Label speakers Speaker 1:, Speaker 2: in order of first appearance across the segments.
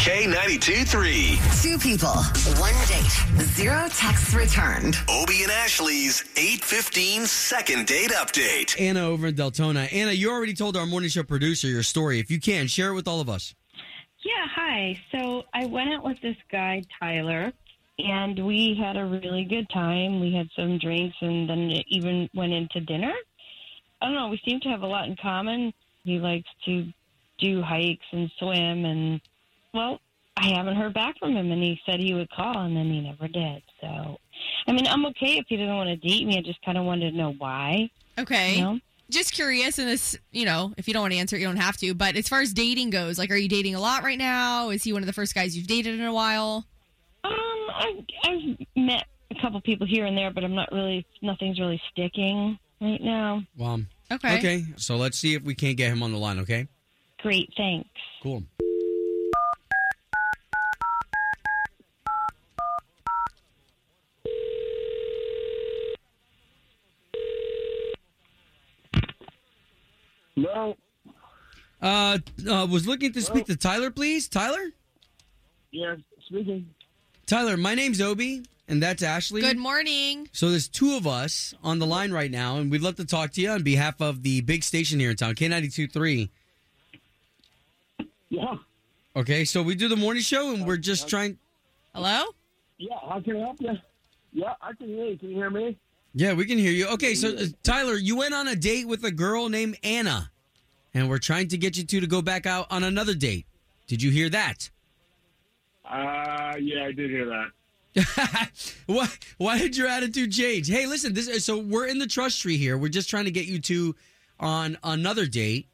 Speaker 1: K92 3.
Speaker 2: Two people, one date, zero texts returned.
Speaker 1: Obie and Ashley's 815 second date update.
Speaker 3: Anna over in Deltona. Anna, you already told our morning show producer your story. If you can, share it with all of us.
Speaker 4: Yeah, hi. So I went out with this guy, Tyler, and we had a really good time. We had some drinks and then even went into dinner. I don't know, we seem to have a lot in common. He likes to do hikes and swim and well, I haven't heard back from him and he said he would call and then he never did. So I mean, I'm okay if he doesn't want to date me. I just kind of wanted to know why,
Speaker 5: Okay.
Speaker 4: you know?
Speaker 5: Just curious, and this, you know, if you don't want to answer, it, you don't have to. But as far as dating goes, like, are you dating a lot right now? Is he one of the first guys you've dated in a while?
Speaker 4: Um, I, I've met a couple people here and there, but I'm not really, nothing's really sticking right now.
Speaker 3: Wow.
Speaker 5: Okay.
Speaker 3: okay. So let's see if we can't get him on the line, okay?
Speaker 4: Great, thanks.
Speaker 3: Cool.
Speaker 6: No.
Speaker 3: Uh, uh was looking to speak to Tyler, please. Tyler?
Speaker 6: Yeah, speaking.
Speaker 3: Tyler, my name's Obi, and that's Ashley.
Speaker 5: Good morning.
Speaker 3: So there's two of us on the line right now, and we'd love to talk to you on behalf of the big station here in town, K92.3.
Speaker 6: Yeah.
Speaker 3: Okay, so we do the morning show, and we're just trying.
Speaker 5: Hello?
Speaker 6: Yeah. How can I help you? Yeah, I can hear you. Can you hear me?
Speaker 3: Yeah, we can hear you. Okay, so uh, Tyler, you went on a date with a girl named Anna, and we're trying to get you two to go back out on another date. Did you hear that?
Speaker 6: Uh, yeah, I did hear that.
Speaker 3: why, why did your attitude change? Hey, listen, this is- so we're in the trust tree here. We're just trying to get you two on another date.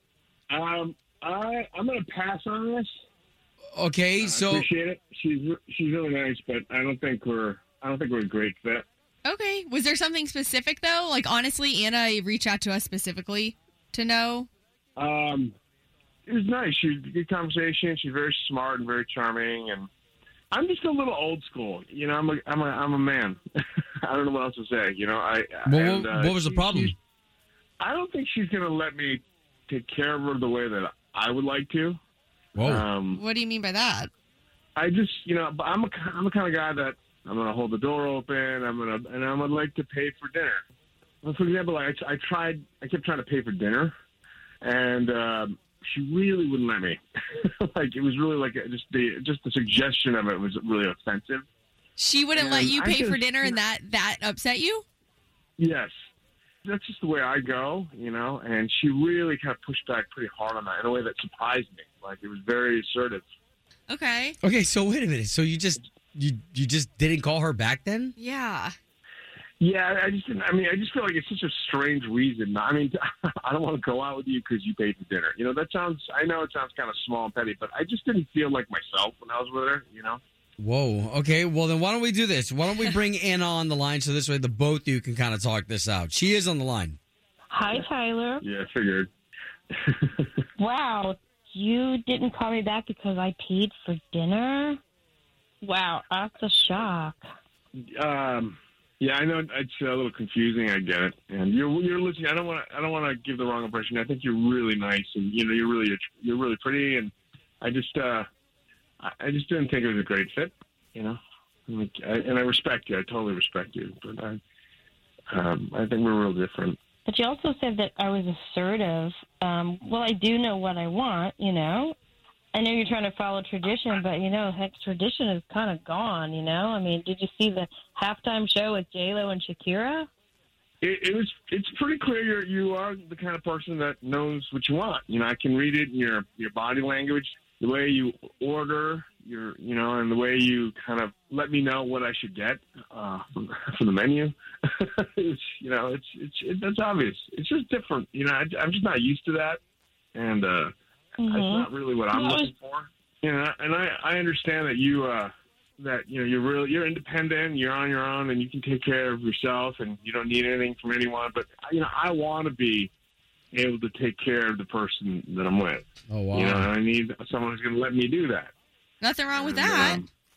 Speaker 6: Um, I I'm gonna pass on this.
Speaker 3: Okay,
Speaker 6: I
Speaker 3: so
Speaker 6: Uh, appreciate it. She's she's really nice, but I don't think we're I don't think we're a great fit.
Speaker 5: Okay. Was there something specific though? Like honestly, Anna reached out to us specifically to know.
Speaker 6: Um, it was nice. She was a good conversation. She's very smart and very charming, and I'm just a little old school. You know, I'm a I'm a I'm a man. I don't know what else to say. You know, I
Speaker 3: Well,
Speaker 6: and,
Speaker 3: what-
Speaker 6: uh,
Speaker 3: what was the
Speaker 6: she-
Speaker 3: problem?
Speaker 6: she- I don't think she's gonna let me take care of her the way that I would like to.
Speaker 3: Oh.
Speaker 6: Um,
Speaker 5: What do you mean by that?
Speaker 6: I just, you know, but I'm a, I'm the kind of guy that I'm gonna hold the door open. I'm gonna and I'm gonna like to pay for dinner. Well, for example, like I, I tried, I kept trying to pay for dinner, and um, she really wouldn't let me. like it was really like uh, just the just the suggestion of it was really offensive.
Speaker 5: She wouldn't
Speaker 6: Um,
Speaker 5: let you
Speaker 6: I
Speaker 5: pay for
Speaker 6: just-
Speaker 5: dinner, and that that upset you.
Speaker 6: Yes, that's just the way I go, you know. And she really kind of pushed back pretty hard on that in a way that surprised me. Like it was very assertive.
Speaker 5: Okay.
Speaker 3: okay, so wait a minute. So you just you you just didn't call her back then?
Speaker 5: Yeah.
Speaker 6: Yeah, I just didn't. I mean, I just feel like it's such a strange reason. I mean, I don't want to go out with you because you paid for dinner. You know, that sounds. I know it sounds kind of small and petty, but I just didn't feel like myself when I was with her. You know.
Speaker 3: Whoa. Okay. Well, then why don't we do this? Why don't we bring Anna on the line so this way the both of you can kind of talk this out? She is on the line.
Speaker 4: Hi, Tyler.
Speaker 6: Yeah, I figured.
Speaker 4: Wow, you didn't call me back because I paid for dinner? Wow, that's a shock.
Speaker 6: Um, yeah, I know it's a little confusing. I get it, and you're you're listening. I don't want to. I don't want to give the wrong impression. I think you're really nice, and you know, you're really you're really pretty, and I just uh, I I just didn't think it was a great fit. You know, like, I, and I respect you. I totally respect you, but I um, I think we're real different.
Speaker 4: But you also said that I was assertive. Um, well, I do know what I want, you know? I know you're trying to follow tradition, but you know, heck, tradition is kind of gone, you know? I mean, did you see the halftime show with Lo and Shakira?
Speaker 6: It, it was. It's pretty clear you're you are the kind of person that knows what you want. You know, I can read it in your your body language, the way you order, your you know, and the way you kind of let me know what I should get uh, from, from the menu. it's, you know, it's it's it, that's obvious. It's just different. You know, I, I'm just not used to that, and uh, it's
Speaker 4: Mhm.
Speaker 5: Mm-hmm.
Speaker 6: not really what I'm
Speaker 4: No,
Speaker 6: looking for. You know, and I, I understand that you uh, that you know you're really you're independent, you're on your own, and you can take care of yourself, and you don't need anything from anyone. But you know, I want to be able to take care of the person that I'm with.
Speaker 3: Oh wow.
Speaker 6: You know, and I need someone who's going to let me do that.
Speaker 5: Nothing wrong with
Speaker 6: And,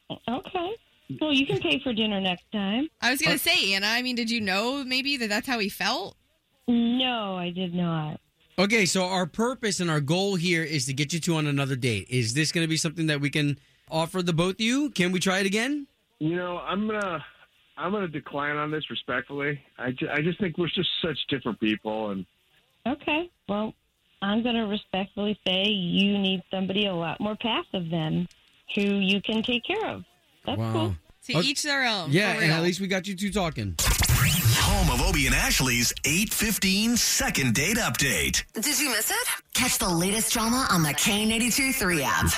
Speaker 5: that.
Speaker 6: um,
Speaker 4: Okay. Well, you can pay for dinner next time.
Speaker 5: I was gonna
Speaker 3: Uh,
Speaker 5: say, Anna. I mean, did you know maybe that that's how he felt?
Speaker 4: No, I did not.
Speaker 3: Okay, so our purpose and our goal here is to get you two on another date. Is this going to be something that we can offer the both of you? Can we try it again?
Speaker 6: You know, I'm gonna I'm gonna decline on this respectfully. I, ju- I just think we're just such different people, and
Speaker 4: Okay. Well, I'm going to respectfully say you need somebody a lot more passive than who you can take care of. That's cool.
Speaker 5: To
Speaker 3: Okay.
Speaker 5: each their own.
Speaker 3: uh, Yeah,
Speaker 5: for
Speaker 3: and at
Speaker 5: real.
Speaker 3: least we got you two talking.
Speaker 1: Home of Obie and Ashley's 815 second date update.
Speaker 2: Did you miss it? Catch the latest drama on the K82 3 app.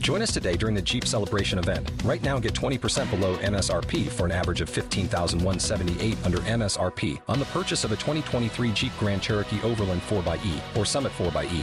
Speaker 7: Join us today during the Jeep Celebration event. Right now, get 20% below MSRP for an average of 15178 under MSRP on the purchase of a 2023 Jeep Grand Cherokee Overland 4xE or Summit 4xE.